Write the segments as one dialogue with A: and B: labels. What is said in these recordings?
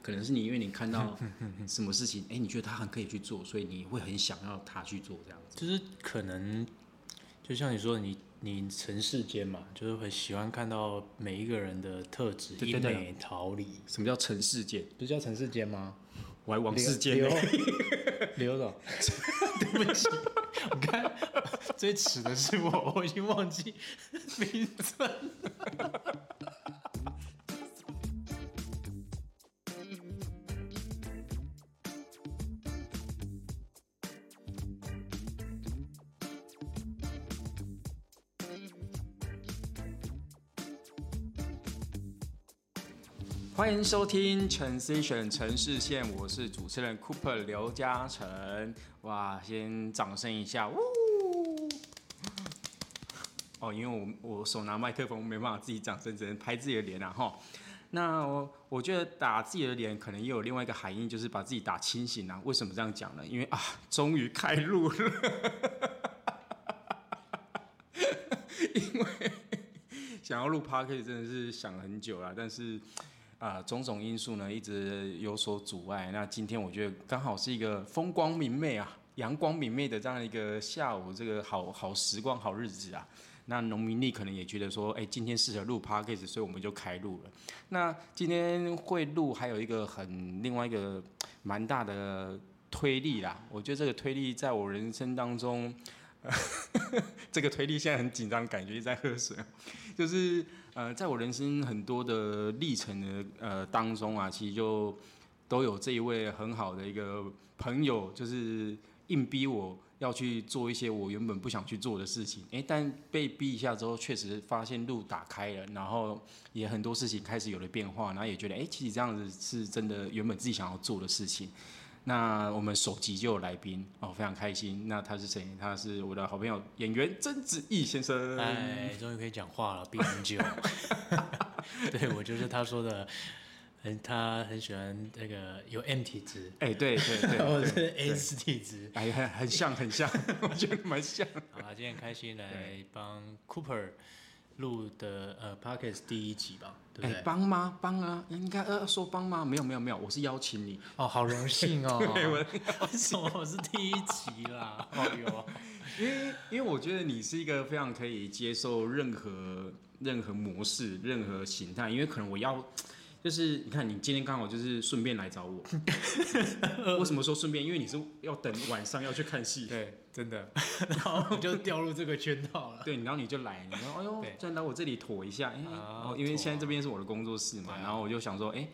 A: 可能是你因为你看到什么事情，哎、你觉得他很可以去做，所以你会很想要他去做这样子。
B: 就是可能就像你说，你你尘世间嘛，就是很喜欢看到每一个人的特质
A: 对
B: 一
A: 对对
B: 美桃李，
A: 什么叫尘世间？
B: 不是叫尘世间吗？
A: 我还王世坚
B: 刘
A: 呢？
B: 刘总，对不起，我看最耻的是我，我已经忘记名字了。
A: 欢迎收听《Transition 城市线》，我是主持人 Cooper 刘嘉诚。哇，先掌声一下，呜！哦，因为我我手拿麦克风没办法自己掌声，只能拍自己的脸啊哈。那我我觉得打自己的脸可能也有另外一个含义，就是把自己打清醒啊。为什么这样讲呢？因为啊，终于开录了。 因为想要录 p a r k e 真的是想很久了，但是啊、种种因素呢一直有所阻碍。那今天我觉得刚好是一个风光明媚啊，阳光明媚的这样一个下午，这个好好时光、好日子啊。那农民力可能也觉得说，哎、今天适合录 p a r k e 所以我们就开录了。那今天会录，还有一个很另外一个蛮大的推力啦。我觉得这个推力在我人生当中， 这个推力现在很紧张，感觉一直在喝水。 就是呃，在我人生很多的历程的呃当中啊，其实就都有这一位很好的一个朋友，就是硬逼我要去做一些我原本不想去做的事情。诶，但被逼一下之后，确实发现路打开了，然后也很多事情开始有了变化，然后也觉得诶，其实这样子是真的原本自己想要做的事情。那我们首集就有来宾哦，非常开心。那他是谁？他是我的好朋友演员曾子毅先生。
B: 哎，终于可以讲话了，憋很久。 对我就是他说的，很他很喜欢那个有 M 体质，
A: 哎、对对对
B: 我
A: 对，
B: 是 S 体质。
A: 哎，很很像，很像， 我觉得蛮像。
B: 好啦，今天很开心来帮 Cooper 录的呃 Podcast 第一集吧，对不对？
A: 哎，帮吗？帮啊，应该呃说帮吗？没有没有没有，我是邀请你。
B: 哦，好荣幸 哦！
A: 对我
B: 为什么我是第一集啦？哦 哟，
A: 因为因为我觉得你是一个非常可以接受任何任何模式、任何形态，因为可能我要。就是你看，你今天刚好就是顺便来找我。 为什么说顺便？因为你是要等晚上要去看戏，
B: 对，真的， 然后我就掉入这个圈套了。
A: 对，然后你就来，你说哎呦
B: 对，
A: 再来我这里妥一下，哎、
B: 啊
A: 哦因为
B: 妥
A: 现在这边是我的工作室嘛，
B: 对啊
A: 然后我就想说，哎、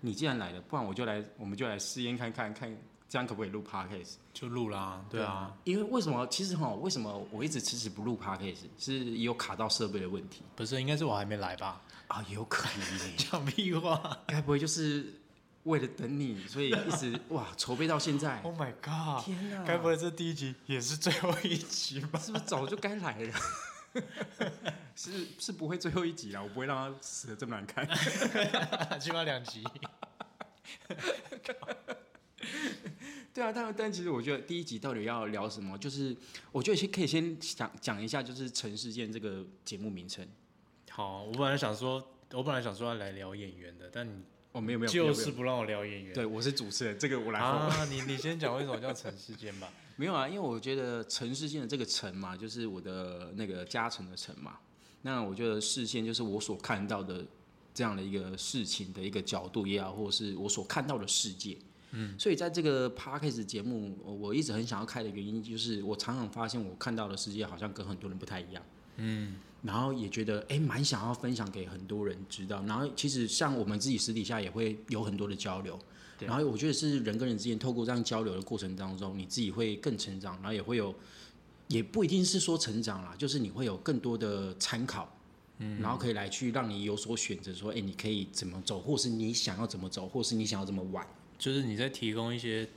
A: 你既然来了，不然我就来，我们就来试验看看看，这样可不可以录 podcast？
B: 就录啦，对啊，，
A: 因为为什么？其实哈，为什么我一直迟迟不录 podcast？是有卡到设备的问题
B: 不是，应该是我还没来吧？
A: 啊，有可能耶
B: 讲屁话
A: 该不会就是为了等你，所以一直哇筹备到现 在，
B: ！Oh my god！
A: 天哪
B: 该不会这第一集也是最后一集吧？
A: 是不是早就该来了？ 是是不会最后一集啦，我不会让他死的这么难看。
B: 起码两集。
A: 对啊，但但其实我觉得第一集到底要聊什么，就是我觉得先可以先讲讲一下，就是《陈世健》这个节目名称。
B: 好，我本来想说，我本来想说要来聊演员的，但你
A: 哦，没有没有，没
B: 就
A: 有没
B: 是
A: 有
B: 不让我聊演员。
A: 对，我是主持人，这个我来说、
B: 啊，你你先讲为什么叫尘世间吧。
A: 没有啊，因为我觉得陈世健的这个陈嘛，就是我的那个加成的成嘛。那我觉得视线就是我所看到的这样的一个事情的一个角度也好，或者是我所看到的世界。嗯，所以在这个 podcast 节目，呃我一直很想要开的原因，就是我常常发现我看到的世界好像跟很多人不太一样。然后也觉得哎，蛮想要分享给很多人知道。然后其实像我们自己私底下也会有很多的交流，
B: 对
A: 然后我觉得是人跟人之间透过这样交流的过程当中，你自己会更成长，然后也会有，也不一定是说成长啦，就是你会有更多的参考。嗯，然后可以来去让你有所选择，说，哎，你可以怎么走，或是你想要怎么走，或是你想要怎么玩。
B: 就是你在提供一些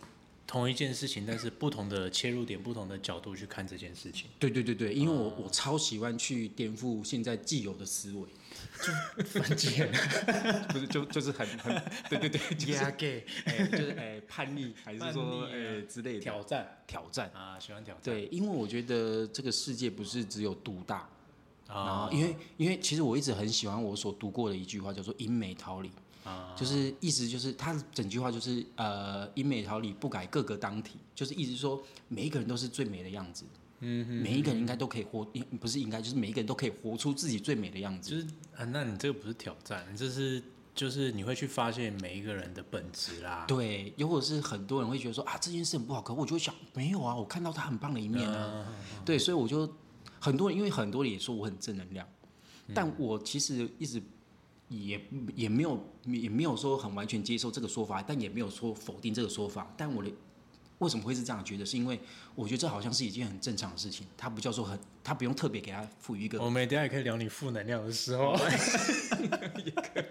B: 同一件事情，但是不同的切入点、不同的角度去看这件事 情，
A: 对对对对，因为我、我超喜欢去颠覆现在既有的思维，
B: 反贱
A: 不是就就是很很，对对对，就是
B: 压 gay
A: 哎，就是哎叛逆，还是说
B: 叛逆啊
A: 哎之类的
B: 挑战
A: 挑战。
B: 啊，喜欢挑战
A: 对，因为我觉得这个世界不是只有独大，然
B: 啊
A: 后，因为因为其实我一直很喜欢我所读过的一句话，叫做“英美桃李”。
B: 啊，
A: 就是意思就是他整句话就是呃，英美桃李不改各个当体，就是意思说每一个人都是最美的样子，
B: 嗯哼，
A: 每一个人应该都可以活，应不是应该就是每一个人都可以活出自己最美的样子。
B: 就是啊，那你这个不是挑战，你这是就是你会去发现每一个人的本质啦。
A: 对，又或者是很多人会觉得说啊这件事很不好，可我就想没有啊，我看到他很棒的一面啊。
B: 啊，
A: 对，所以我就很多人，因为很多人也说我很正能量，但我其实一直也也没有也没有说很完全接受这个说法，但也没有说否定这个说法。但我的为什么会是这样觉得？是因为我觉得这好像是一件很正常的事情，它不叫做很，它不用特别给它赋予一个
B: 我们等一下也可以聊你负能量的时 候，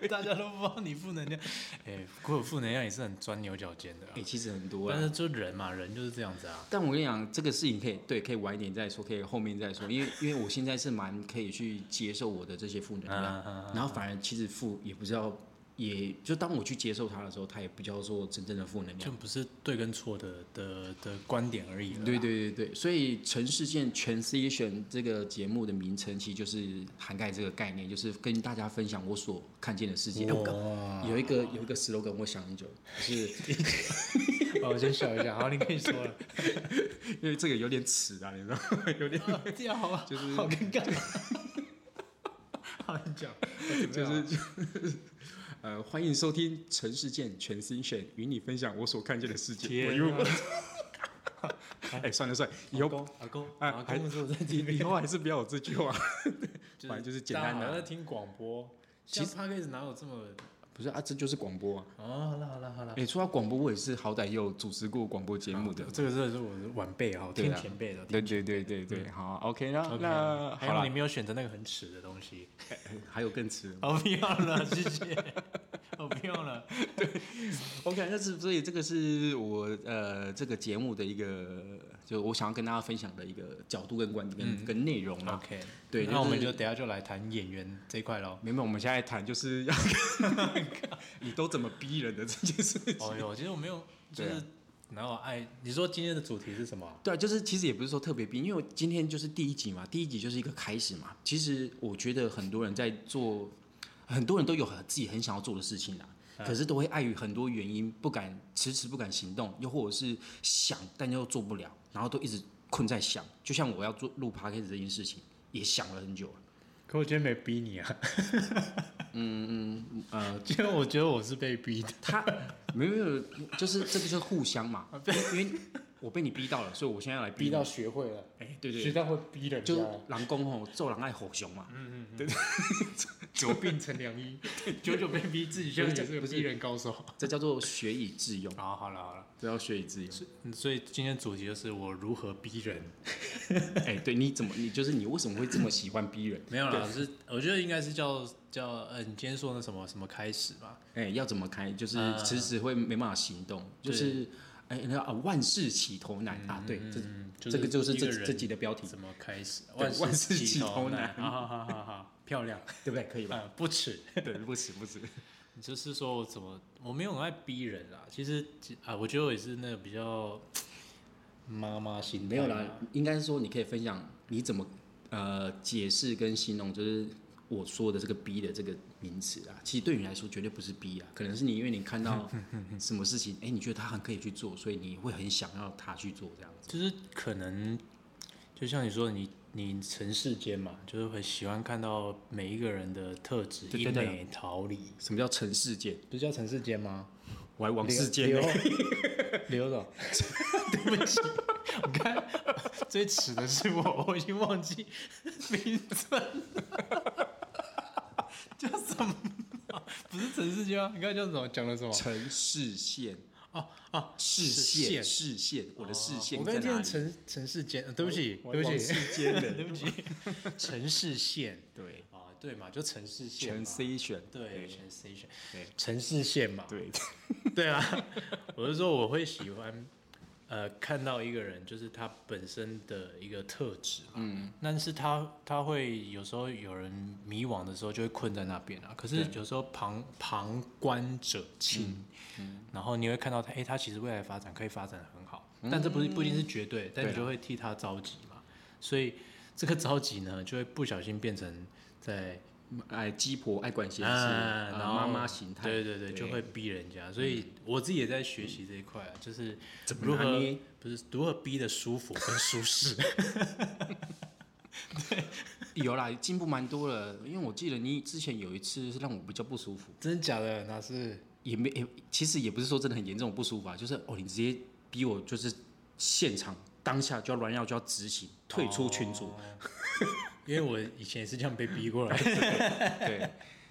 B: 大家都不知道你负能量。哎、不过负能量也是很钻牛角尖的、啊
A: 诶、，哎其实很多
B: 但
A: 啦。
B: 是就人嘛，人就是这样子啊。
A: 但我跟你讲，这个事情可以对，可以晚一点再说，可以后面再说，因为因为我现在是蛮可以去接受我的这些负能量。
B: 啊，
A: 然后反而其实负也不知道，也就当我去接受它的时候，它也不叫做真正的负能
B: 就
A: 量。
B: 不是对跟错的的的观点而已了啦。
A: 对对对对，所以城市线 transition 这个节目的名称其实就是涵盖这个概念，就是跟大家分享我所看见的事情。哎我刚
B: 哇，
A: 有一个有一个 slogan 我想很久，就是
B: 哦我先笑一下， 好，你可以说了。
A: 因为这个有点迟啊，你知道吗？
B: 啊这样好吧，
A: 就是
B: 好尴尬。 好，你 讲，我 准备
A: 就
B: 好
A: 是就是呃，欢迎收听城市线 transition，与你分享我所看见的世界。我
B: 天
A: 又
B: 啊
A: 哎，算了算了，以
B: 阿
A: 后
B: 公阿公
A: 啊
B: 阿
A: 还
B: 公是我在听，
A: 以以后还是不要有这句话。
B: 就
A: 反正就是简单的
B: 大家好像在听广播。
A: 其
B: 啊其实 p o d 哪有这么……
A: 不是啊，这就是广播啊。啊
B: 哦，好了好了好了
A: 哎、，说到广播，我也是好歹也有主持过广播节目的。
B: 这个真的是我的晚辈啊，我
A: 对
B: 听
A: 啊
B: 前辈的。
A: 对对对对对，好，OK，那嗯啊
B: 啊 OK，
A: 那
B: 还
A: 好
B: 有
A: 了
B: 你，没有选择那个很耻的东西。
A: 还有更迟。
B: 哦，不要了，谢谢。 哦，不用了。
A: OK，那是所以这个是我呃这个节目的一个，就我想要跟大家分享的一个角度跟观点跟、跟内容啊。
B: OK，
A: 对就是
B: 那我们就等一下就来谈演员这一块 喽。
A: 明白，我们现在谈就是 要你都怎么逼人的这件事情。
B: 哦哟，其实我没 有，就
A: 对啊
B: 是然后爱。你说今天的主题是什么？
A: 对啊，就是其实也不是说特别逼，因为我今天就是第一集嘛，第一集就是一个开始嘛。其实我觉得很多人在做，很多人都有很自己很想要做的事情啊，可是都会碍于很多原因不敢，迟迟不敢行动，又或者是想但又做不了，然后都一直困在想。就像我要做录 p o d 这件事情，也想了很久了。
B: 可我今天没逼你 啊，
A: 嗯 呃，
B: 因为我觉得我是被逼的。
A: 他 没有没有，就是这个是互相 嘛，因为我被你逼到了，所以我现在要来逼你。
B: 学会了，
A: 哎，对对，
B: 学到会逼人
A: 就是狼公吼，揍狼爱吼熊嘛。
B: 久病成良 医，久久被逼，自己觉得你是
A: 不
B: 个
A: 是
B: 逼人高 手。
A: 这叫做学以致 用，
B: 啊，好了好了，
A: 这叫学以致用。
B: 嗯所以今天主题就是我如何逼人。
A: 哎、对，你怎么，你就是你为什么会这么喜欢逼人？
B: 没有啦，是我觉得应该是叫叫呃，你今天说的什么什么开始吧？
A: 哎、要怎么开？就是
B: 啊
A: 迟迟会没办法行动，就是哎，那、啊，万事起头难、啊。对，这、
B: 嗯，
A: 这个就是
B: 一
A: 这
B: 个人
A: 这集的标题，
B: 怎么开始？
A: 对万事
B: 起
A: 起头
B: 难，啊
A: 难
B: 好好好好好，漂亮，
A: 对不对？可以吧？
B: 呃，不耻。
A: 对，不迟不迟。
B: 就是说我怎么我没有很爱逼人啦，其实啊，我觉得我也是那个比较妈妈型态
A: 没有啦，应该是说你可以分享你怎么呃解释跟形容，就是我说的这个“逼”的这个名词啊，其实对你来说绝对不是逼啊，可能是你因为你看 到什么事情，哎、你觉得他很可以去做，所以你会很想要他去做这样子。
B: 就是可能就像你说，你你尘世间嘛，就是很喜欢看到每一个人的特质，
A: 对
B: 一
A: 对对
B: 美桃李，
A: 什么叫尘世界？
B: 啊不是叫尘世间吗？
A: 我还王世坚
B: 刘
A: 呢，
B: 刘总，对不起，我看最耻的是我，我已经忘记名字了，叫什么？不是陈世间吗？你刚才叫什么？讲了 什么？
A: 陈世宪
B: 哦哦，
A: 视线视线，我的视线
B: 我
A: 在
B: 刚
A: 哪
B: 听
A: 里？
B: 陈陈世间，呃对不起，
A: 我
B: 对不
A: 王
B: 起，
A: 世坚的
B: 对不起， 陈世宪
A: 对，
B: 啊，对嘛，就陈世宪
A: 全
B: 嘛，
A: C 选
B: 啊对，陈世宪，
A: 对
B: 陈世宪嘛，
A: 对，
B: 对啊，我是说我会喜欢，呃，看到一个人就是他本身的一个特质嘛，嗯，但是他他会有时候有人迷惘的时候就会困在那边啊，可是有时候旁旁观者清，然后你会看到他，哎、他其实未来发展可以发展的很好，但这不是不一定是绝嗯对，但你
A: 对啊
B: 就会替他着急嘛，所以这个着急呢，就会不小心变成在
A: 爱哎鸡婆、爱管闲事，
B: 啊
A: 呃
B: 然后
A: 妈妈形态，
B: 对对对，就
A: 对
B: 会逼人家，所以我自己也在学习这一块啊，就是
A: 怎么
B: 如
A: 拿
B: 何
A: 捏
B: 不是如何逼的舒服跟舒适。
A: 有啦，进步蛮多了。因为我记得你之前有一次是让我比较不舒服，
B: 真的假的？那是
A: 也没，也其实也不是说真的很严重的不舒服啊，就是哦，你直接逼我就是现场当下就要乱要就要执行，退出群组。
B: 因为我以前也是这样被逼过来。
A: 对，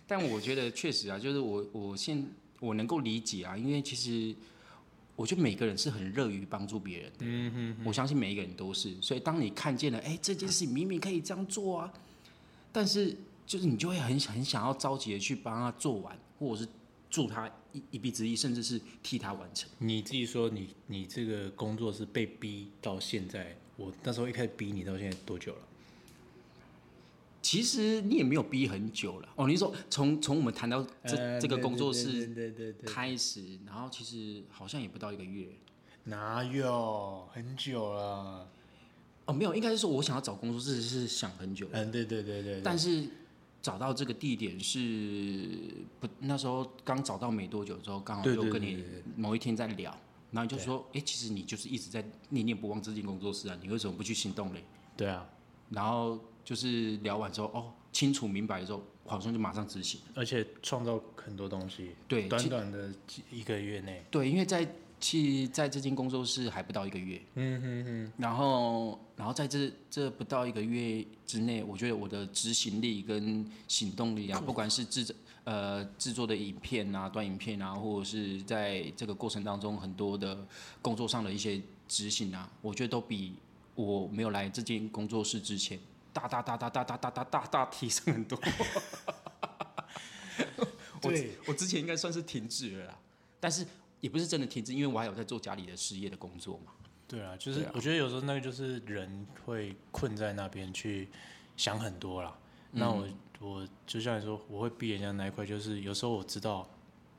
A: 但我觉得确实啊，就是我我现我能够理解啊，因为其实我觉得每个人是很乐于帮助别人的，嗯哼我相信每一个人都是。所以当你看见了，哎、这件事明明可以这样做啊，但是就是你就会很很想要着急的去帮他做完，或者是助他一一臂之力，甚至是替他完成。
B: 你自己说你你这个工作是被逼到现在，我那时候一开始逼你到现在多久了？
A: 其实你也没有逼很久了哦。你说从从我们谈到这、
B: 呃
A: 这个
B: 对
A: 工
B: 对
A: 作
B: 对
A: 室
B: 对对对对，
A: 开始，然后其实好像也不到一个月，
B: 哪有很久了？
A: 哦，没有，应该是说我想要找工作室是想很久，
B: 嗯，对对对对对，
A: 但是找到这个地点是不那时候刚找到没多久之后，刚好
B: 对
A: 就
B: 对
A: 跟
B: 对
A: 你
B: 对
A: 某一天在聊，然后你就说，哎、其实你就是一直在念念不忘这间工作室啊，你为什么不去行动嘞？
B: 对啊，
A: 然后就是聊完之后，哦，清楚明白之后，好像就马上执行。
B: 而且创造很多东西，
A: 对
B: 短
A: 其
B: 短的几一个月内，
A: 对，因为在去在这间工作室还不到一个月，
B: 嗯哼哼，
A: 然后，然后在这这不到一个月之内，我觉得我的执行力跟行动力啊，不管是制作呃制作的影片啊、短影片啊，或者是在这个过程当中很多的工作上的一些执行啊，我觉得都比我没有来这间工作室之前大大大大大大大大大大提升很多。 我
B: 对
A: 我之前应该算是停滞了啦，但是也不是真的停滞，因为我还有在做家里的事业的工作嘛。
B: 对啊，就是
A: 对啊
B: 我觉得有时候那个就是人会困在那边去想很多啦。
A: 嗯
B: 那我我就像你说，我会避人家那一块，就是有时候我知道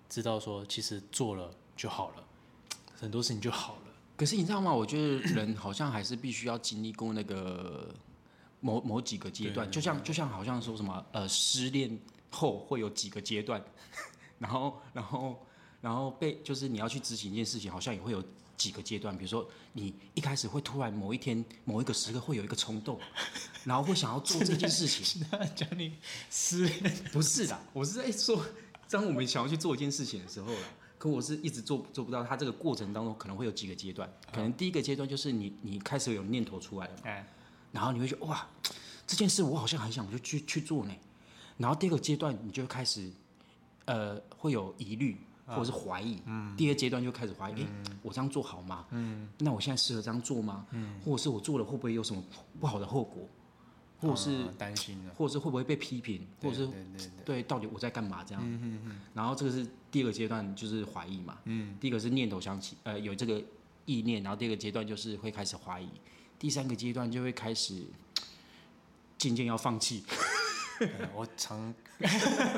B: 知道说，其实做了就好了，很多事情就 好了。
A: 可是你知道吗？我觉得人好像还是必须要经历过那个某某几个阶段，就像就像好像说什么呃，失恋后会有几个阶段， 然后然后然后被就是你要去执行一件事情，好像也会有几个阶段。比如说你一开始会突然某一天某一个时刻会有一个冲动，然后会想要做这件事情，
B: 那讲你失恋，
A: 不是的，我是在说，当我们想要去做一件事情的时候啦，可我是一直做做不到。它这个过程当中可能会有几个阶段，可能第一个阶段就是你你开始有念头出来了，
B: 哎，
A: 然后你会觉得哇，这件事我好像很想就去去做呢。然后第二个阶段你就开始，呃，会有疑虑或者是怀疑。第二阶段就开始怀疑，诶，我这样做好吗？嗯。那我现在适合这样做吗？嗯。或者是我做了会不会有什么不好的后果？或者是，
B: 啊担心了，
A: 或者是会不会被批评？或
B: 对
A: 者是
B: 对对对
A: 对，到底我在干嘛这样？然后这个是第二个阶段，就是怀疑嘛。嗯。第一个是念头想起，呃，有这个意念，然后第二个阶段就是会开始怀疑，第三个阶段就会开始渐渐要放弃。
B: 嗯我常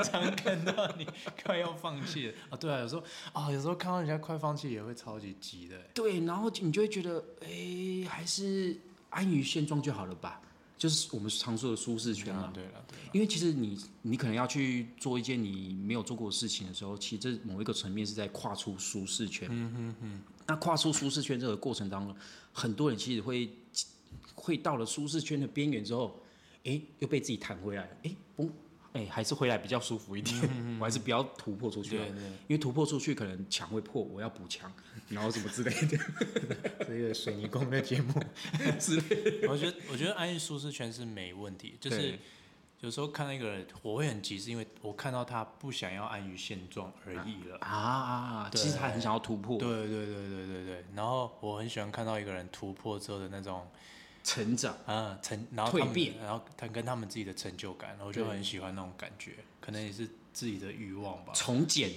B: 常看到你快要放弃了啊！对啊，有时候啊，有时候看到人家快放弃也会超级急的。
A: 对，然后你就会觉得，哎、还是安于现状就好了吧？就是我们常说的舒适圈啊嘛。
B: 嗯对了，对了，
A: 因为其实你你可能要去做一件你没有做过的事情的时候，其实这某一个层面是在跨出舒适圈。嗯嗯嗯。那跨出舒适圈这个过程当中，很多人其实会会到了舒适圈的边缘之后，诶，又被自己弹回来了，诶，不，诶，还是回来比较舒服一点，我还是不要突破出
B: 啊
A: 去好了。啊因为突破出去可能墙会破，我要补墙，然后什么之类的
B: 这个水泥工的节目，
A: 之类的。
B: 我觉得我觉得安逸舒适圈是没问题，就是
A: 对
B: 有时候看到一个人，我会很急，是因为我看到他不想要安于现状而已 了。
A: 啊啊，啊其实他很想要突破，
B: 对对对对对对，然后我很喜欢看到一个人突破之后的那种，
A: 成长。
B: 嗯，成，然后他们
A: 蜕变，
B: 然后他跟他们自己的成就感，我就很喜欢那种感觉，可能也是自己的欲望吧。
A: 从茧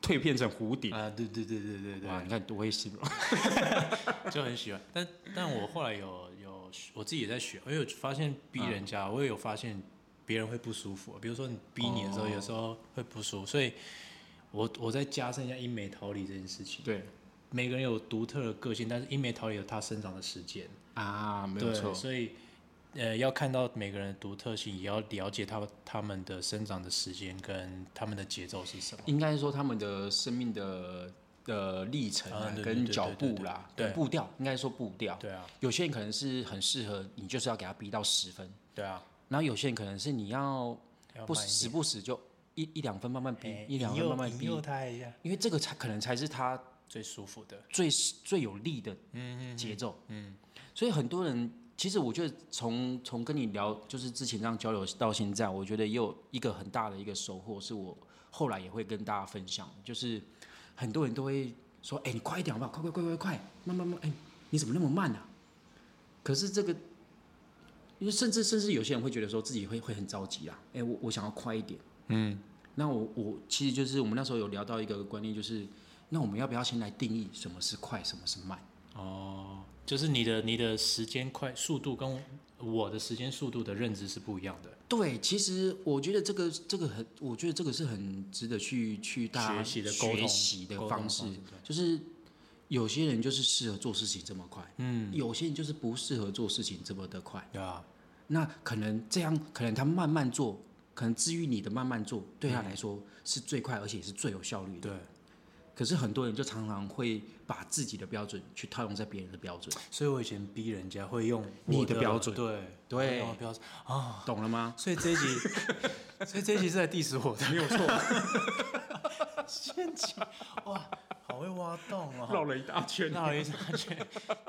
A: 蜕变成蝴蝶。
B: 啊，对对对对对对，
A: 哇，你看多会形容。
B: 就很喜欢。但但我后来有有我自己也在学，因为我发现逼
A: 嗯
B: 人家，我也有发现别人会不舒服。比如说你逼你的时候，
A: 哦
B: 有时候会不舒服，所以我我在加深一下英美逃离这件事情。
A: 对
B: 每个人有独特的个性，但是英美逃离有他生长的时间，
A: 啊，没有
B: 对
A: 错。
B: 所以呃，要看到每个人的独特性，也要了解他他们的生长的时间跟他们的节奏是什么。
A: 应该说他们的生命的的历程啊
B: 啊，对对
A: 跟
B: 对
A: 脚
B: 对对
A: 步啦，
B: 对
A: 跟步调，应该说步调。
B: 对啊，
A: 有些人可能是很适合你，就是要给他逼到十分，
B: 对啊，
A: 然后有些人可能是你要
B: 要
A: 不
B: 慢一
A: 时不时就一一两分慢慢逼
B: 点，哎，
A: 一两
B: 引
A: 分
B: 诱
A: 慢慢
B: 引
A: 逼，
B: 诱他一下，
A: 因为这个才可能才是他
B: 最舒服的。
A: 最最有力的节奏。嗯，所以很多人其实我觉得从从跟你聊，就是之前这样交流到现在，我觉得也有一个很大的一个收获，是我后来也会跟大家分享，就是很多人都会说：“哎、你快一点好不好？快快快快快，慢慢慢！哎、你怎么那么慢啊？”可是这个。因为甚至甚至有些人会觉得说自己会会很着急啦，哎、我我想要快一点，嗯，那我我其实就是我们那时候有聊到一个观念，就是那我们要不要先来定义什么是快，什么是慢？
B: 哦，就是你的你的时间快速度跟我的时间速度的认知是不一样的。
A: 对，其实我觉得这个这个很，我觉得这个是很值得去去大家
B: 学习的沟通
A: 学习的
B: 沟通
A: 方
B: 方
A: 式
B: 式，
A: 就是有些人就是适合做事情这么快，
B: 嗯，
A: 有些人就是不适合做事情这么的快。
B: 对啊，
A: 那可能这样，可能他慢慢做，可能至于你的慢慢做，对
B: 嗯
A: 他来说是最快，而且也是最有效率的。
B: 对。
A: 可是很多人就常常会把自己的标准去套用在别人的标准，
B: 所以我以前逼人家会用
A: 你
B: 我
A: 的标准
B: 对
A: 对
B: 会用我的标准啊。
A: 懂了吗？
B: 所以这一集， 所以这一集是在 diss 我的，没有错。陷阱，哇，好会挖洞哦，
A: 了一大圈
B: 绕了一大圈，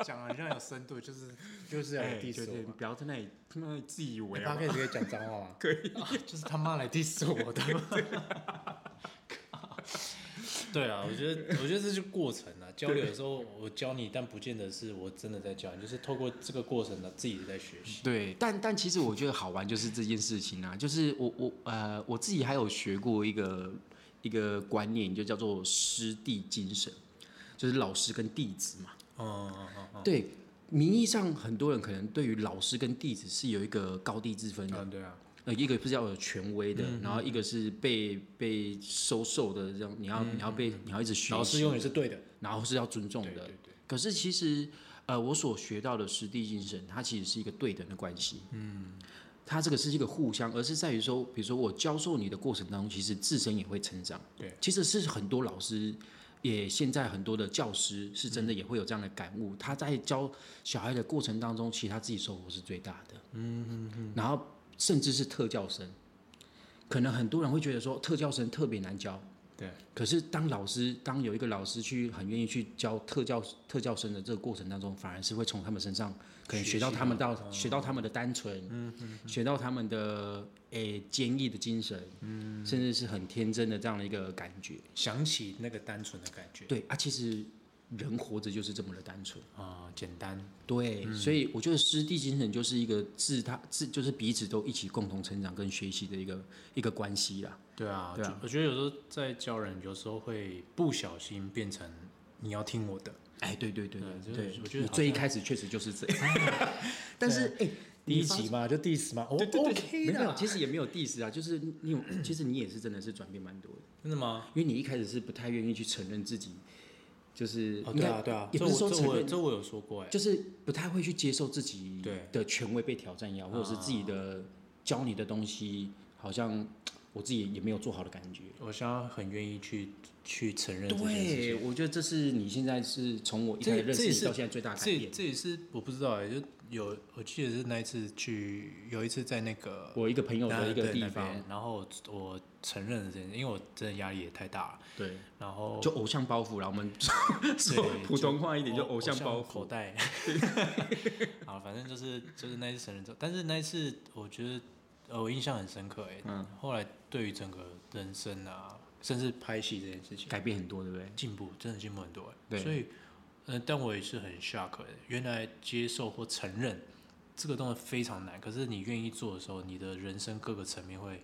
B: 讲的像有深度，就是就是要来 diss 我嘛。
A: 哎
B: 哎
A: 不要在那里他妈自以为
B: 他
A: 啊
B: 可！以直接讲脏话 吗？可以、就是他妈来 diss 我的。 对啊，我觉得我觉得这是过程啊，交流的时候我教你，但不见得是我真的在教你，就是透过这个过程呢，自己在学习。
A: 对，但但其实我觉得好玩就是这件事情啊，就是我我呃我自己还有学过一个一个观念，就叫做师弟精神，就是老师跟弟子嘛。
B: 嗯嗯嗯嗯
A: 对，名义上很多人可能对于老师跟弟子是有一个高低之分
B: 嗯，
A: 的，
B: 啊对啊，
A: 呃，一个是要有权威的，然后一个是被被收受的，这样你要、你要被你要一直学习，
B: 老师永远是对的，
A: 然后是要尊重
B: 对
A: 的
B: 对。对。
A: 可是其实，呃，我所学到的师弟精神，它其实是一个对等的关系。嗯，它这个是一个互相，而是在于说，比如说我教授你的过程当中，其实自身也会成长。
B: 对，
A: 其实是很多老师，也现在很多的教师是真的也会有这样的感悟。他在教小孩的过程当中，其实他自己收获是最大的。嗯嗯嗯。然后甚至是特教生，可能很多人会觉得说特教生特别难教。
B: 对，
A: 可是当老师，当有一个老师去很愿意去教特教特教生的这个过程当中，反而是会从他们身上可能
B: 学
A: 学到
B: 习
A: 他们
B: 到
A: 到学到他们的单纯，嗯学到他们的诶、坚毅的精神，嗯，甚至是很天真的这样的一个感觉。
B: 想起那个单纯的感觉
A: 对啊，其实人活着就是这么的单纯。
B: 啊、简单，
A: 对，所以我觉得师弟精神就是一个自他自就是彼此都一起共同成长跟学习的一个一个关系啦。
B: 对啊，
A: 对啊
B: 就我觉得有时候在教人，有时候会不小心变成你要听我的，
A: 哎，对对对
B: 对就是
A: 对，
B: 我觉得
A: 你
B: 好
A: 最一
B: 像
A: 开始确实就是这样， 但是哎，
B: 第一
A: 你发
B: 集嘛就 diss 嘛，哦
A: 对对对
B: OK
A: 没有，
B: 的，
A: 其实也没有 diss 啊，就是你有，其实你也是真的是转变蛮多的，
B: 真的吗？
A: 因为你一开始是不太愿意去承认自己，就是
B: 哦，
A: 应
B: 对
A: 该、
B: 啊，对啊，
A: 也
B: 这
A: 不是说
B: 我这
A: 承
B: 我
A: 认，
B: 这我有说过哎、
A: 就是不太会去接受自己
B: 对
A: 的权威被挑战也好，或者是自己的教你的东西好像我自己也没有做好的感觉。
B: 我现在很愿意去去承认这件事
A: 对，
B: 情，
A: 我觉得这是你现在是从我一开始
B: 这
A: 认识
B: 这也
A: 你
B: 是
A: 到现在最大的改
B: 这
A: 变。
B: 这也是我不知道哎、就有我记得是那一次去，有一次在那个
A: 我一个朋友
B: 那
A: 的一个
B: 对
A: 地
B: 那
A: 方
B: 边，然后我我承认了这件事，因为我真的压力也太大了，
A: 对，
B: 然后
A: 就偶像包袱啦。我们 说
B: 对
A: 普通话一点，就
B: 偶
A: 偶像包
B: 口
A: 袱。
B: 袋。好，反正就是就是那一次成人之后，但是那一次我觉得呃我印象很深刻哎、
A: 嗯
B: 后来对于整个人生啊，甚至拍戏这件事情，
A: 改变很多，对不对？
B: 进步真的进步很多哎、
A: 对
B: 所以呃，但我也是很 shock 哎、原来接受或承认这个东西非常难，可是你愿意做的时候，你的人生各个层面会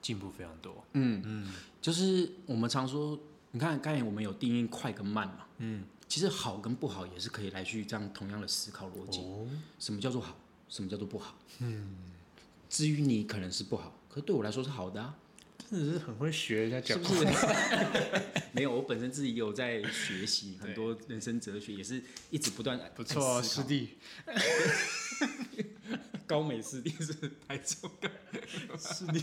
B: 进步非常多。
A: 嗯，
B: 嗯，
A: 就是我们常说，你看刚才我们有定义快跟慢嘛，
B: 嗯，
A: 其实好跟不好也是可以来去这样同样的思考逻辑。
B: 哦，
A: 什么叫做好？什么叫做不好？嗯，至于你可能是不好，可对我来说是好的啊，
B: 真的是很会学人家
A: 是
B: 讲
A: 不
B: 话，
A: 是？ 没有，我本身自己也有在学习
B: 对
A: 很多人生哲学，也是一直不断
B: 不错哦，
A: 在思
B: 师
A: 考
B: 弟。
A: 高美湿地是台中的，
B: 是你，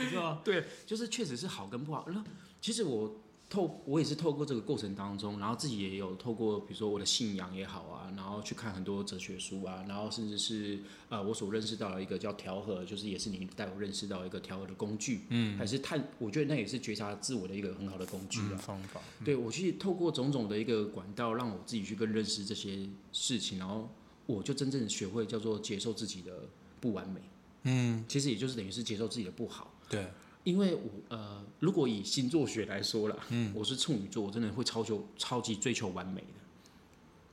B: 你知道，
A: 对，就是确实是好跟不好。那其实我透我也是透过这个过程当中，然后自己也有透过比如说我的信仰也好啊，然后去看很多哲学书啊，然后甚至是呃我所认识到的一个叫调和，就是也是你带我认识到一个调和的工具，嗯，还是探，我觉得那也是觉察自我的一个很好的工具啊。
B: 嗯方法，
A: 对我去透过种种的一个管道，让我自己去更认识这些事情，然后我就真正学会叫做接受自己的不完美。
B: 嗯，
A: 其实也就是等于是接受自己的不好，
B: 对，
A: 因为我呃，如果以星座学来说啦，嗯，我是处女座，我真的会超求超级追求完美的。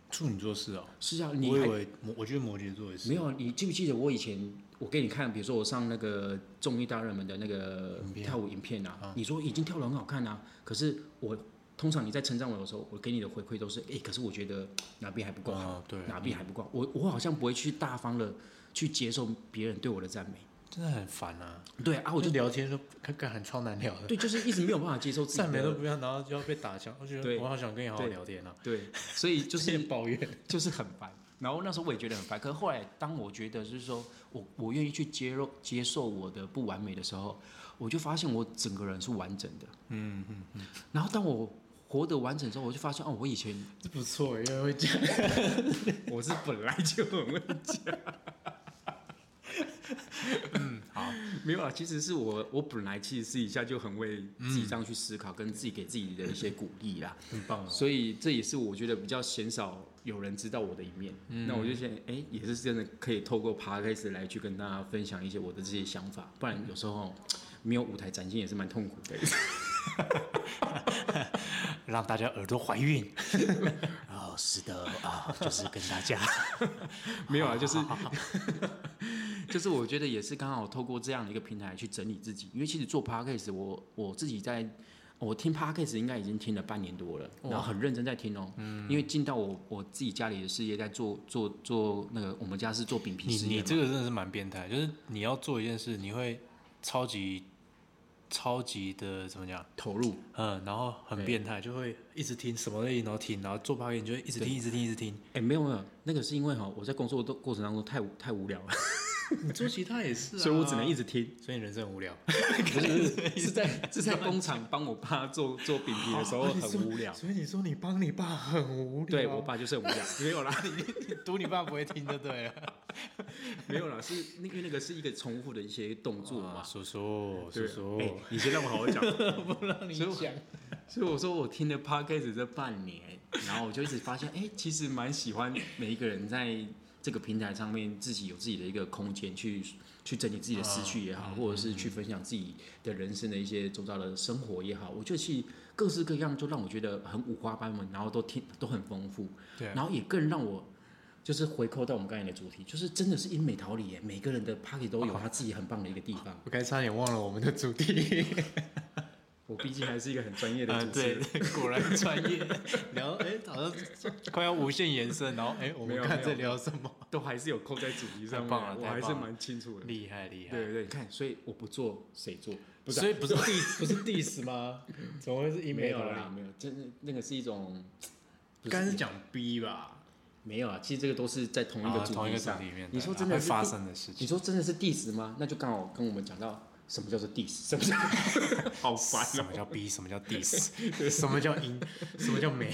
B: 处女座是哦，
A: 是啊，
B: 我
A: 你
B: 以
A: 还
B: 为摩，我觉得摩羯座也是，
A: 没有？你记不记得我以前我给你看，比如说我上那个综艺大热门的那个
B: 影片
A: 跳舞影片啊，你说已经跳得很好看啊，可是我通常你在称赞我的时候，我给你的回馈都是，哎、可是我觉得哪边还不够好。
B: 啊，对，
A: 哪边还不够？我我好像不会去大方的去接受别人对我的赞美。
B: 真的很烦啊。
A: 对啊， 我就
B: 聊天都看看很超难聊的，
A: 对，就是一直没有办法接受自己
B: 赞美都
A: 的。
B: 不要，然后就要被打枪。我 觉
A: 对
B: 得我好想跟你好好聊天啊，
A: 对，所以就
B: 有
A: 是
B: 点抱怨。
A: 就是很烦。然后那时候我也觉得很烦，可是后来当我觉得就是说我我愿意去接受接受我的不完美的时候，我就发现我整个人是完整的。
B: 嗯嗯，
A: 然后当我活得完整之后，我就发现哦，我以 前
B: 这不错，因为会讲
A: 我是本来就很会讲。嗯，好，没有啊，其实是我我本来其实私底下就很为自己这样去思考，跟自己给自己的一些鼓励啦，
B: 很棒哦。
A: 所以这也是我觉得比较鲜少有人知道我的一面。
B: 嗯
A: 那我就想，哎、也是真的可以透过 podcast 来去跟大家分享一些我的这些想法，不然有时候没有舞台展现也是蛮痛苦 的。
B: 让大家耳朵怀 孕。哦，是的啊， 就是跟大家
A: 没有啊， 就是就是我觉得也是刚好透过这样的一个平台去整理自己，因为其实做 podcast 我我自己在。我听 podcast 应该已经听了半年多了，然后很认真在听哦，
B: 嗯
A: 因为进到我我自己家里的事业，在做做做那个，我们家是做饼皮
B: 你
A: 事业
B: 你
A: 嘛
B: 这个真的是蛮变态，就是你要做一件事，你会超级超级的怎么讲？
A: 投入，
B: 嗯，然后很
A: 对
B: 变态，就会一直听什么类型都听，然后做 p o 你就会一直听，一直听，一直听。
A: 哎、没有没有，那个是因为哈、我在工作的过程当中太无太无聊了，
B: 你做其他也 是啊，
A: 所以我只能一直听。
B: 所以人生很无聊。
A: 不是不是，是在是在工厂帮我爸 做做饼皮的时候
B: 啊你
A: 很
B: 说
A: 无聊，
B: 所以你说你帮你爸很无聊。
A: 哦对我爸就是很无聊， 没有啦，
B: 读你爸不会听就对 了。
A: 没有啦，是那因为那个是一个重复的一些动作嘛。
B: 叔叔，
A: 对
B: 叔
A: 啊
B: 叔，
A: 哎你先让我好好讲。
B: 不让你
A: 所以我
B: 讲。
A: 所以我说我听了 podcast 这半年，然后我就一直发现，哎、其实蛮喜欢每一个人在这个平台上面自己有自己的一个空间去去整理自己的思绪也好，或者是去分享自己的人生的一些周遭的生活也好，我觉得其实各式各样，就让我觉得很五花八门，然后都听都很丰富，
B: 对啊，
A: 然后也更让我。就是回扣到我们刚才的主题，就是真的是英美桃李耶，每个人的 p a r t y 都有他自己很棒的一个地方。
B: 我刚才差点忘了我们的主题。
A: 我毕竟还是一个很专业的
B: 嗯，
A: 主持人，
B: 对，果然专 业。聊哎，好像快要无限延伸，然后哎，我
A: 没有
B: 们看在
A: 没有
B: 聊什么？
A: 都还是有扣在主题上面
B: 太棒了
A: 啊，我
B: 太
A: 还是
B: 棒了
A: 蛮清楚的。
B: 厉害厉害。
A: 对对对，你看，所以我不做谁做？不是啊、
B: 所以不是 diss 不是 diss 吗？ 怎么会是 email
A: 没有啦，
B: 啦？
A: 没有，真的那个是一种，不
B: 刚才
A: 是
B: 是讲 B 吧？
A: 没有啊，其实这个都是在同一个
B: 啊
A: 主
B: 同一
A: 题
B: 个主
A: 上。
B: 题里面，
A: 你说
B: 对
A: 真的
B: 会
A: 是
B: 发
A: diss-
B: 生的事情
A: 你。说真的是 diss 吗？那就刚好跟我们讲到什么叫做 diss，什么叫好烦
B: 什
A: 啊！
B: 么叫 B？什么叫 diss？什么叫音？什么叫美？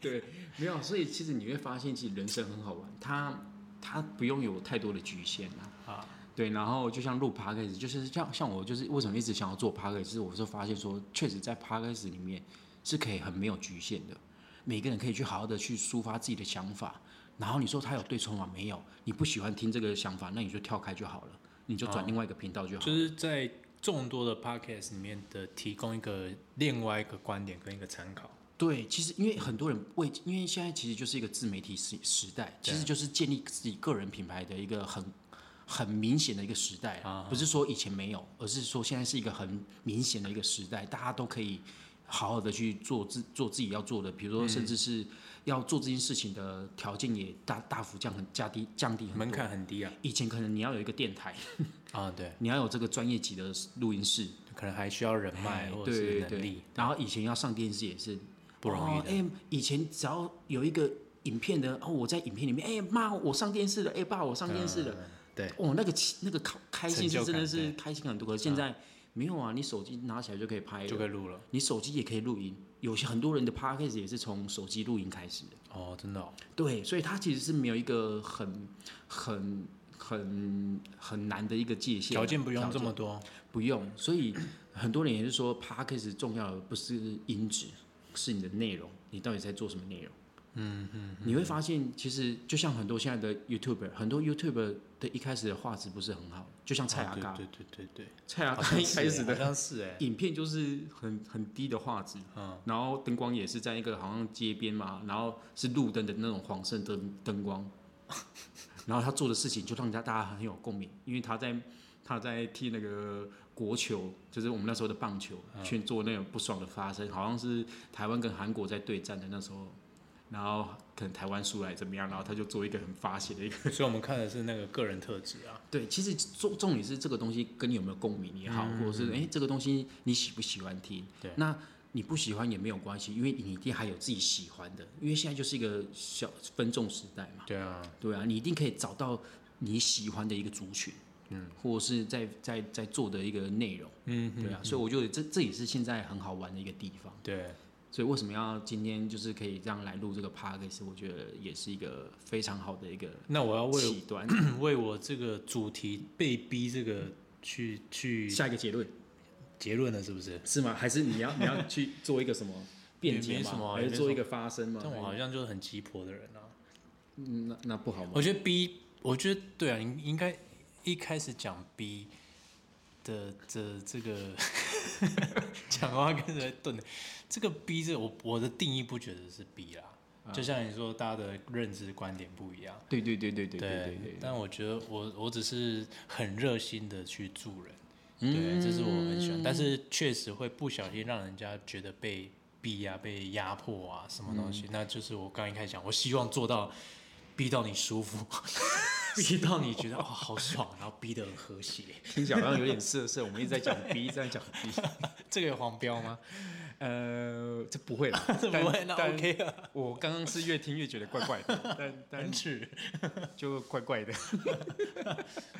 A: 对，没有，所以其实你会发现，其实人生很好玩，它它不用有太多的局限啊。
B: 啊，
A: 对，然后就像录 p o d c a s t 就是像像我就是为什么一直想要做 p o d c a s t 是我就发现说，确实在 p o d c a s t 里面是可以很没有局限的，每个人可以去好好的去抒发自己的想法。然后你说他有对错吗？没有，你不喜欢听这个想法，那你就跳开就好了，你就转另外一个频道就好
B: 就
A: 了。
B: 是在众多的 podcast 里面的提供一个另外一个观点跟一个参考。
A: 对，其实因为很多人为，因为现在其实就是一个自媒体时时代，其实就是建立自己个人品牌的一个很很明显的一个时代啊，不是说以前没有，而是说现在是一个很明显的一个时代，大家都可以好好的去做自做自己要做的，比如说
B: 嗯
A: 甚至是要做这件事情的条件也大大幅降很降低降低很多
B: 门。槛 很低啊。
A: 以前可能你要有一个电台，
B: 啊，对，
A: 你要有这个专业级的录音室，
B: 可能还需要人脉
A: 哎
B: 或者是
A: 对对
B: 能
A: 对
B: 力，，
A: 然后以前要上电视也是
B: 不容易
A: 哦哎、以前只要有一个影片的，哦，我在影片里面，哎、妈，我上电视了，哎、爸，我上电视了，
B: 嗯对，
A: 哦，那个起那个开开心是
B: 成就
A: 真
B: 感
A: 的是开心很多，可是现在没有啊，你手机拿起来就可以拍
B: 就
A: 了，
B: 可以录了。
A: 你手机也可以录音，有些很多人的 podcast 也是从手机录音开始的，
B: 哦，真的、哦，
A: 对，所以它其实是没有一个很很很很难的一个界限，
B: 条件不用
A: 条
B: 这么多。
A: 不用，所以很多人也是说 podcast 重要的不是音质，是你的内容，你到底在做什么内容。嗯嗯，你会发现，其实就像很多现在的 YouTuber，很多 YouTuber 的一开始的画质不是很好，就像蔡
B: 哦
A: 阿嘎，
B: 对对对对对，
A: 蔡阿
B: 好
A: 嘎
B: 像
A: 一
B: 是
A: 开始
B: 欸
A: 的
B: 好像是哎，
A: 影片就是很很低的画质，
B: 嗯，
A: 然后灯光也是在一个好像街边嘛，然后是路灯的那种黄色灯灯光， 然后他做的事情就让人家大家很有共鸣，因为他在他在替那个国球，就是我们那时候的棒球去做那种不爽的发声，好像是台湾跟韩国在对战的那时候，然后可能台湾输来怎么样，然后他就做一个很发泄的一个。
B: 所以我们看的是那个个人特质啊，
A: 对，其实重重点是这个东西跟你有没有共鸣也好，
B: 嗯
A: 或者是哎、诶这个东西你喜不喜欢听？
B: 对
A: 那你不喜欢也没有关系，因为你一定还有自己喜欢的，因为现在就是一个小分众时代嘛，
B: 对啊，
A: 对啊，你一定可以找到你喜欢的一个族群，嗯，或者是在在在做的一个内容，
B: 嗯，
A: 对啊，所以我觉得这这也是现在很好玩的一个地方。
B: 对，
A: 所以为什么要今天就是可以这样来录这个 podcast，我觉得也是一个非常好的一个
B: 那我要为
A: 起端。
B: 为我这个主题被逼这个去去
A: 下一个结论。
B: 结论了，是不是？
A: 是吗？还是你要你要去做一个 什么辩解
B: 也没
A: 吗
B: 什么
A: 还
B: 也
A: 是
B: 没
A: 做
B: 什
A: 一个发声吗？哎
B: 但我好像就是很急迫的人啊。
A: 嗯那那不好吗？
B: 我觉得 B，我觉得对啊，你应该一开始讲 B 的的这个 讲话跟着顿的，这个 B 这我我的定义不觉得是 B 啦，就像你说大家的认知观点不一样，
A: 对对对对对
B: 但我觉得我我只是很热心的去助人，对，这是我很喜欢，但是
A: 嗯
B: 确实会不小心让人家觉得被逼啊、被压迫啊什么
A: 嗯
B: 东西，那就是我刚一开始讲，我希望做到逼到你舒服， 逼到你觉得哦好爽，然后逼得很和谐。
A: 听起来好像有点涩涩。我们一直在讲 B，这样讲 B，
B: 这个有黄标吗？
A: 呃， 这不会啦，
B: 不
A: 但
B: 会，那
A: 但
B: OK 啊，
A: 我刚刚是越听越觉得怪怪 的，但
B: 很
A: 但
B: 耻。
A: 就怪怪的，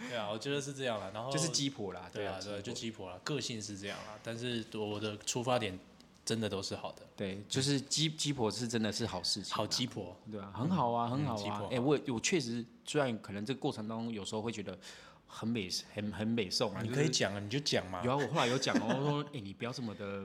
B: 对啊，我觉得是这样了，然后
A: 就是鸡婆啦，
B: 对
A: 啊
B: 啊，，对，
A: 鸡婆
B: 就鸡婆了，个性是这样啦，但是我的出发点真的都是好的，
A: 对，就是鸡鸡婆是真的是好事情，
B: 好鸡婆。
A: 对啊，很好啊，很好
B: 鸡
A: 啊
B: 婆。
A: 哎，我我确实，虽然可能这个过程当中有时候会觉得很美，很很美颂啊，
B: 你
A: 就
B: 可以
A: 是
B: 讲啊，你就讲嘛。
A: 有啊，我后来有讲哦，我说哎、欸你不要这么 的，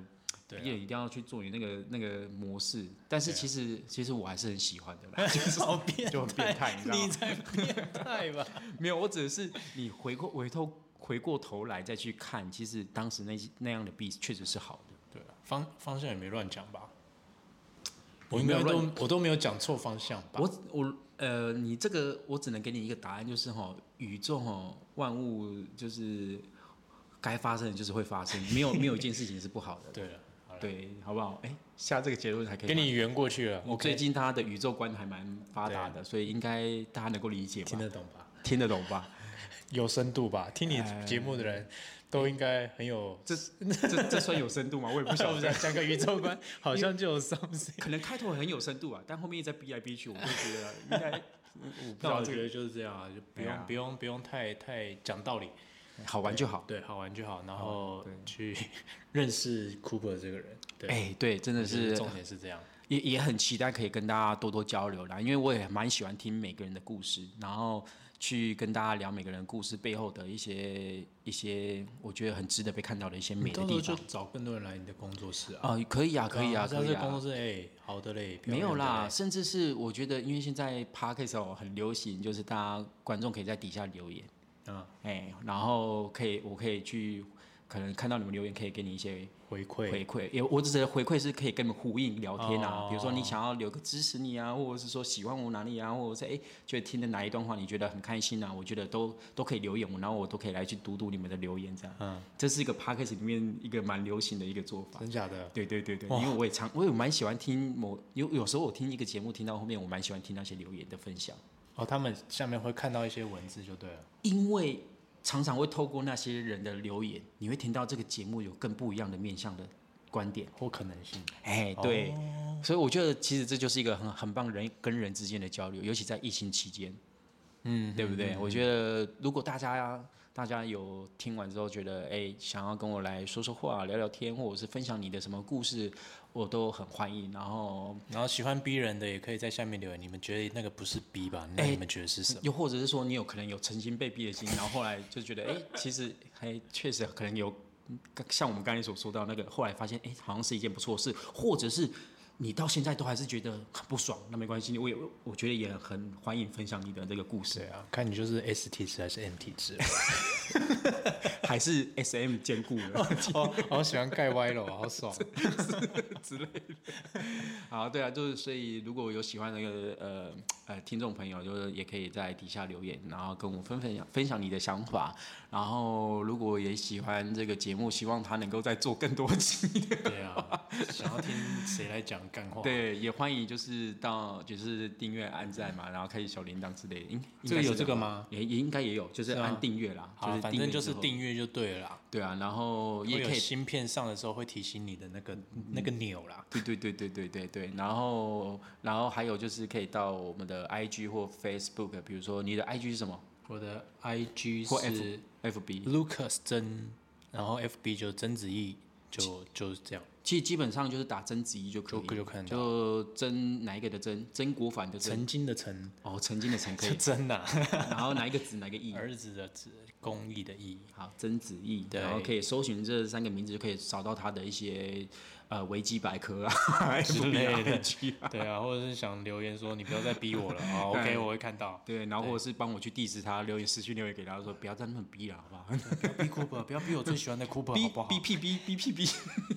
A: 别
B: 对啊
A: 人一定要去做你那个那个模式。但是
B: 对啊
A: 其实、其实我还是很喜欢的啦，
B: 好变
A: 就很变态你知道吗
B: 你才变态吧？
A: 没有，我只是你回过回头回过头来再去看，其实当时那些那样的 B 确实是好的。
B: 对啊，方方向也没乱讲吧？
A: 我
B: 我
A: 应
B: 应
A: 该
B: 该
A: 都
B: 都我都没有讲错方向吧？
A: 我我呃，你这个我只能给你一个答案，就是哈、宇宙哈、万物就是该发生的就是会发生，没有没有一件事情是不好的。
B: 对了，好了，
A: 对， 好不好？哎、下这个结论还可以
B: 给
A: 吗。
B: 你圆过去了。
A: 我
B: OK，
A: 最近他的宇宙观还蛮发达的，所以应该大家能够理解吧
B: 听，得懂吧？哎
A: 听得懂吧？
B: 有深度吧？听你节目的人都应该很有，
A: 这这这算有深度吗？我也不晓
B: 不
A: 得。
B: 是讲个宇宙 观，好像就有 something。
A: 可能开头很有深度啊，但后面一直在逼来逼去，我就觉得应 该，我不知
B: 但
A: 道
B: 我
A: 这
B: 觉
A: 个
B: 得就是这样啊，就不
A: 哎呀
B: 用不用不用太太讲道理，
A: 好玩就好。
B: 对，好玩就好，然后
A: 对
B: 去 认识 Cooper 这个人，对，
A: 哎，对，真的
B: 就是重点是这样。
A: 也也很期待可以跟大家多多交流啦，因为我也蛮喜欢听每个人的故事，然后去跟大家聊每个人故事背后的一些一些，我觉得很值得被看到的一些美的
B: 到时候
A: 地
B: 就
A: 方。
B: 找更多人来你的工作室啊。
A: 啊、可以啊，可以啊，
B: 但
A: 可以
B: 是
A: 啊。
B: 工作室哎、好的嘞，
A: 没有
B: 漂亮
A: 啦，
B: 的嘞，
A: 甚至是我觉得，因为现在 podcast 哦很流行，就是大家观众可以在底下留言，
B: 啊，
A: 哎，然后可以我可以去，可能看到你们留言，可以给你一些
B: 回馈
A: 回馈。也我只是回馈是可以跟你们呼应聊天啊，
B: 哦
A: 比如说你想要留个支持你啊，或者是说喜欢我哪里啊，或者是哎觉得听的哪一段话你觉得很开心啊，我觉得都都可以留言，然后我都可以来去读读你们的留言，这样。
B: 嗯，
A: 这是一个 podcast 里面一个蛮流行的一个做法。
B: 真假的？
A: 对对对对，
B: 哇
A: 因为我也常，我也蛮喜欢听某有有时候我听一个节目听到后面，我蛮喜欢听那些留言的分享，
B: 哦，他们下面会看到一些文字就对了。
A: 因为常常会透过那些人的留言，你会听到这个节目有更不一样的面向的观点。
B: 或可能性，
A: 哎，对，
B: 哦
A: 所以我觉得其实这就是一个很很棒人跟人之间的交流，尤其在疫情期间，
B: 嗯，
A: 对不对？我觉得如果大家大家有听完之后觉得，哎，想要跟我来说说话、聊聊天，或者是分享你的什么故事，我都很欢迎。然后，
B: 然后喜欢逼人的也可以在下面留言，你们觉得那个不是逼吧？那
A: 哎
B: 你们觉得是什么？
A: 又或者是说你有可能有曾经被逼的经历，然后后来就觉得，哎，其实还确实可能有，像我们刚才所说到那个，后来发现，哎，好像是一件不错的事，或者是。你到现在都还是觉得很不爽，那没关系，我也我觉得也很欢迎分享你的这个故事
B: 对，啊，看你就是 S 体质还是 M 啊体 质。
A: 还是 S M 兼顾了。
B: 哦，好喜欢盖歪了，好爽。
A: 好，对啊，就是所以如果有喜欢那个呃呃听众朋友，就是也可以在底下留言，然后跟我分分享分享你的想法。然后如果也喜欢这个节目，希望他能够再做更多 集。
B: 对啊，想要听谁来讲干话？，
A: 对，也欢迎就是到就是订阅、按赞嘛，然后开启小铃铛之类的。应应
B: 这
A: 该
B: 个
A: 是
B: 有这个
A: 样吧
B: 吗？
A: 也也应该也有，就是
B: 是吗
A: 按订阅啦，就
B: 好，
A: 是
B: 反
A: 订阅
B: 正就是
A: 之后。
B: 订阅就对了啦。
A: 对啊，然后
B: 会
A: 也
B: 有
A: 可以
B: 新片上的时候会提醒你的那个那个钮啦。
A: 对对对对对对对，然后然后还有就是可以到我们的 IG 或 Facebook，比如说你的 IG 是什么
B: 我的 IG
A: 或
B: 是
A: ？FB
B: Lucas 曾，然后 FB 就曾子毅，就就是这样，
A: 其实基本上就是打曾子怡就可
B: 就
A: 以，
B: 就看到
A: 就曾哪一个的曾，曾国藩的曾，
B: 曾经的曾，
A: 哦，曾经的曾可
B: 就
A: 以，
B: 曾呐，
A: 然后哪一个子哪一个义，
B: 儿子的子，公益的益。
A: 好，曾子义，
B: 对
A: 然后可以搜寻这三个名字就可以找到他的一些呃维基百科啊 ，FB
B: 类的
A: IG 啊，
B: 对啊，或者是想留言说你不要再逼我了啊
A: 对
B: ，OK，我会看到。
A: 对，然后或者是帮我去 diss 他，留言私讯留言给他说不要再那么逼了，好不好？
B: 不要逼 Cooper，不要逼我最喜欢的 Cooper，
A: 逼
B: 好不好
A: 逼？屁逼逼屁逼。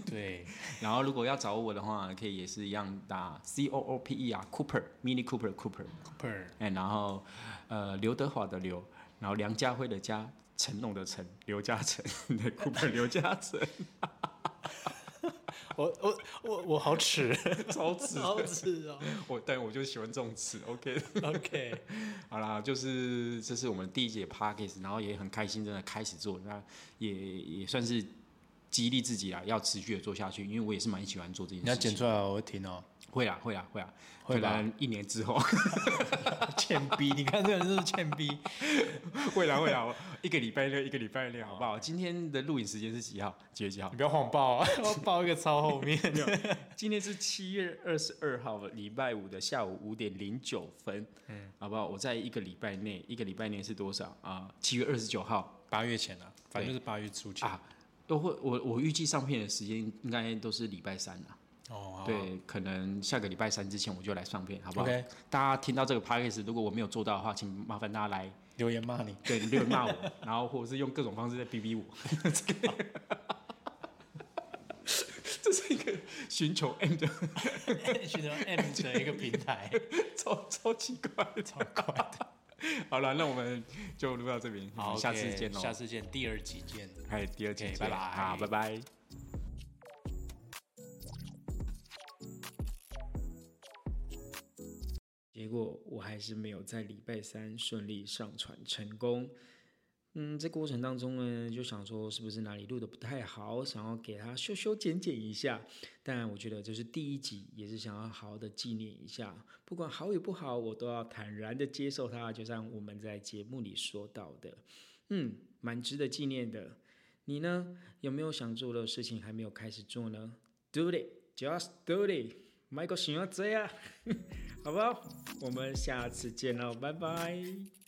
B: 对，
A: 然后如果要找我的话，可以也是一样打 C O O P E 啊，Cooper Mini Cooper Cooper，
B: Cooper，
A: 哎、然后呃刘德华的刘，然后梁家辉的家，成龙的成，刘嘉诚的 Cooper 刘嘉诚，
B: 我我我我好耻，
A: 超值。
B: 好耻哦。
A: 我但我就喜欢这种词，OK 的。
B: OK，
A: 好啦，就是这是我们第一节 Pockets，然后也很开心，真的开始做，那也也算是激励自己啊，要持续的做下去，因为我也是蛮喜欢做这件
B: 你要
A: 事情。
B: 剪出来，我会听哦。
A: 会啦，会啦，会啦，
B: 会
A: 可
B: 吧
A: 能一年之后。
B: 欠逼，你看这个人就是欠逼。
A: 会啦 会啦，我一个礼拜六一个礼拜六，好不好？今天的录影时间是几号？几月几号
B: 你？不要谎报啊！ 我报一个超后面。
A: 今天是七月二十二号，礼拜五的下午五点零九分，嗯，好不好？我在一个礼拜内，一个礼拜内是多少啊？七、月二十九号
B: 八月前啊，反正就是八月初前。
A: 啊，都会我我预计上片的时间应该都是礼拜三了，
B: 哦，好
A: 对，可能下个礼拜三之前我就来上片，好不好
B: OK
A: 大家听到这个 podcast，如果我没有做到的话，请麻烦大家来
B: 留言 骂你。
A: 对，你留言骂我，然后或者是用各种方式在逼逼我。 这个这是一个寻求 M 的
B: 选择 M 的一个平台，
A: 超超奇怪。
B: 超快的。
A: 好了，那我们就录到这边，
B: 好，
A: 下
B: OK，
A: 次见喽。
B: 下次见，哦第二集见。
A: 哎，第二期
B: OK，
A: 见
B: 拜拜
A: 好，拜拜。结果我还是没有在礼拜三顺利上传成功。嗯，这过程当中呢，就想说是不是哪里录的不太好，想要给它修修剪剪一下。但我觉得这是第一集，也是想要好好的纪念一下，不管好与不好，我都要坦然的接受它。就像我们在节目里说到的，嗯，蛮值得纪念的。你呢，有没有想做的事情还没有开始做呢？Do it, just do it，迈克想要这样，好不好？我们下次见喽，拜拜。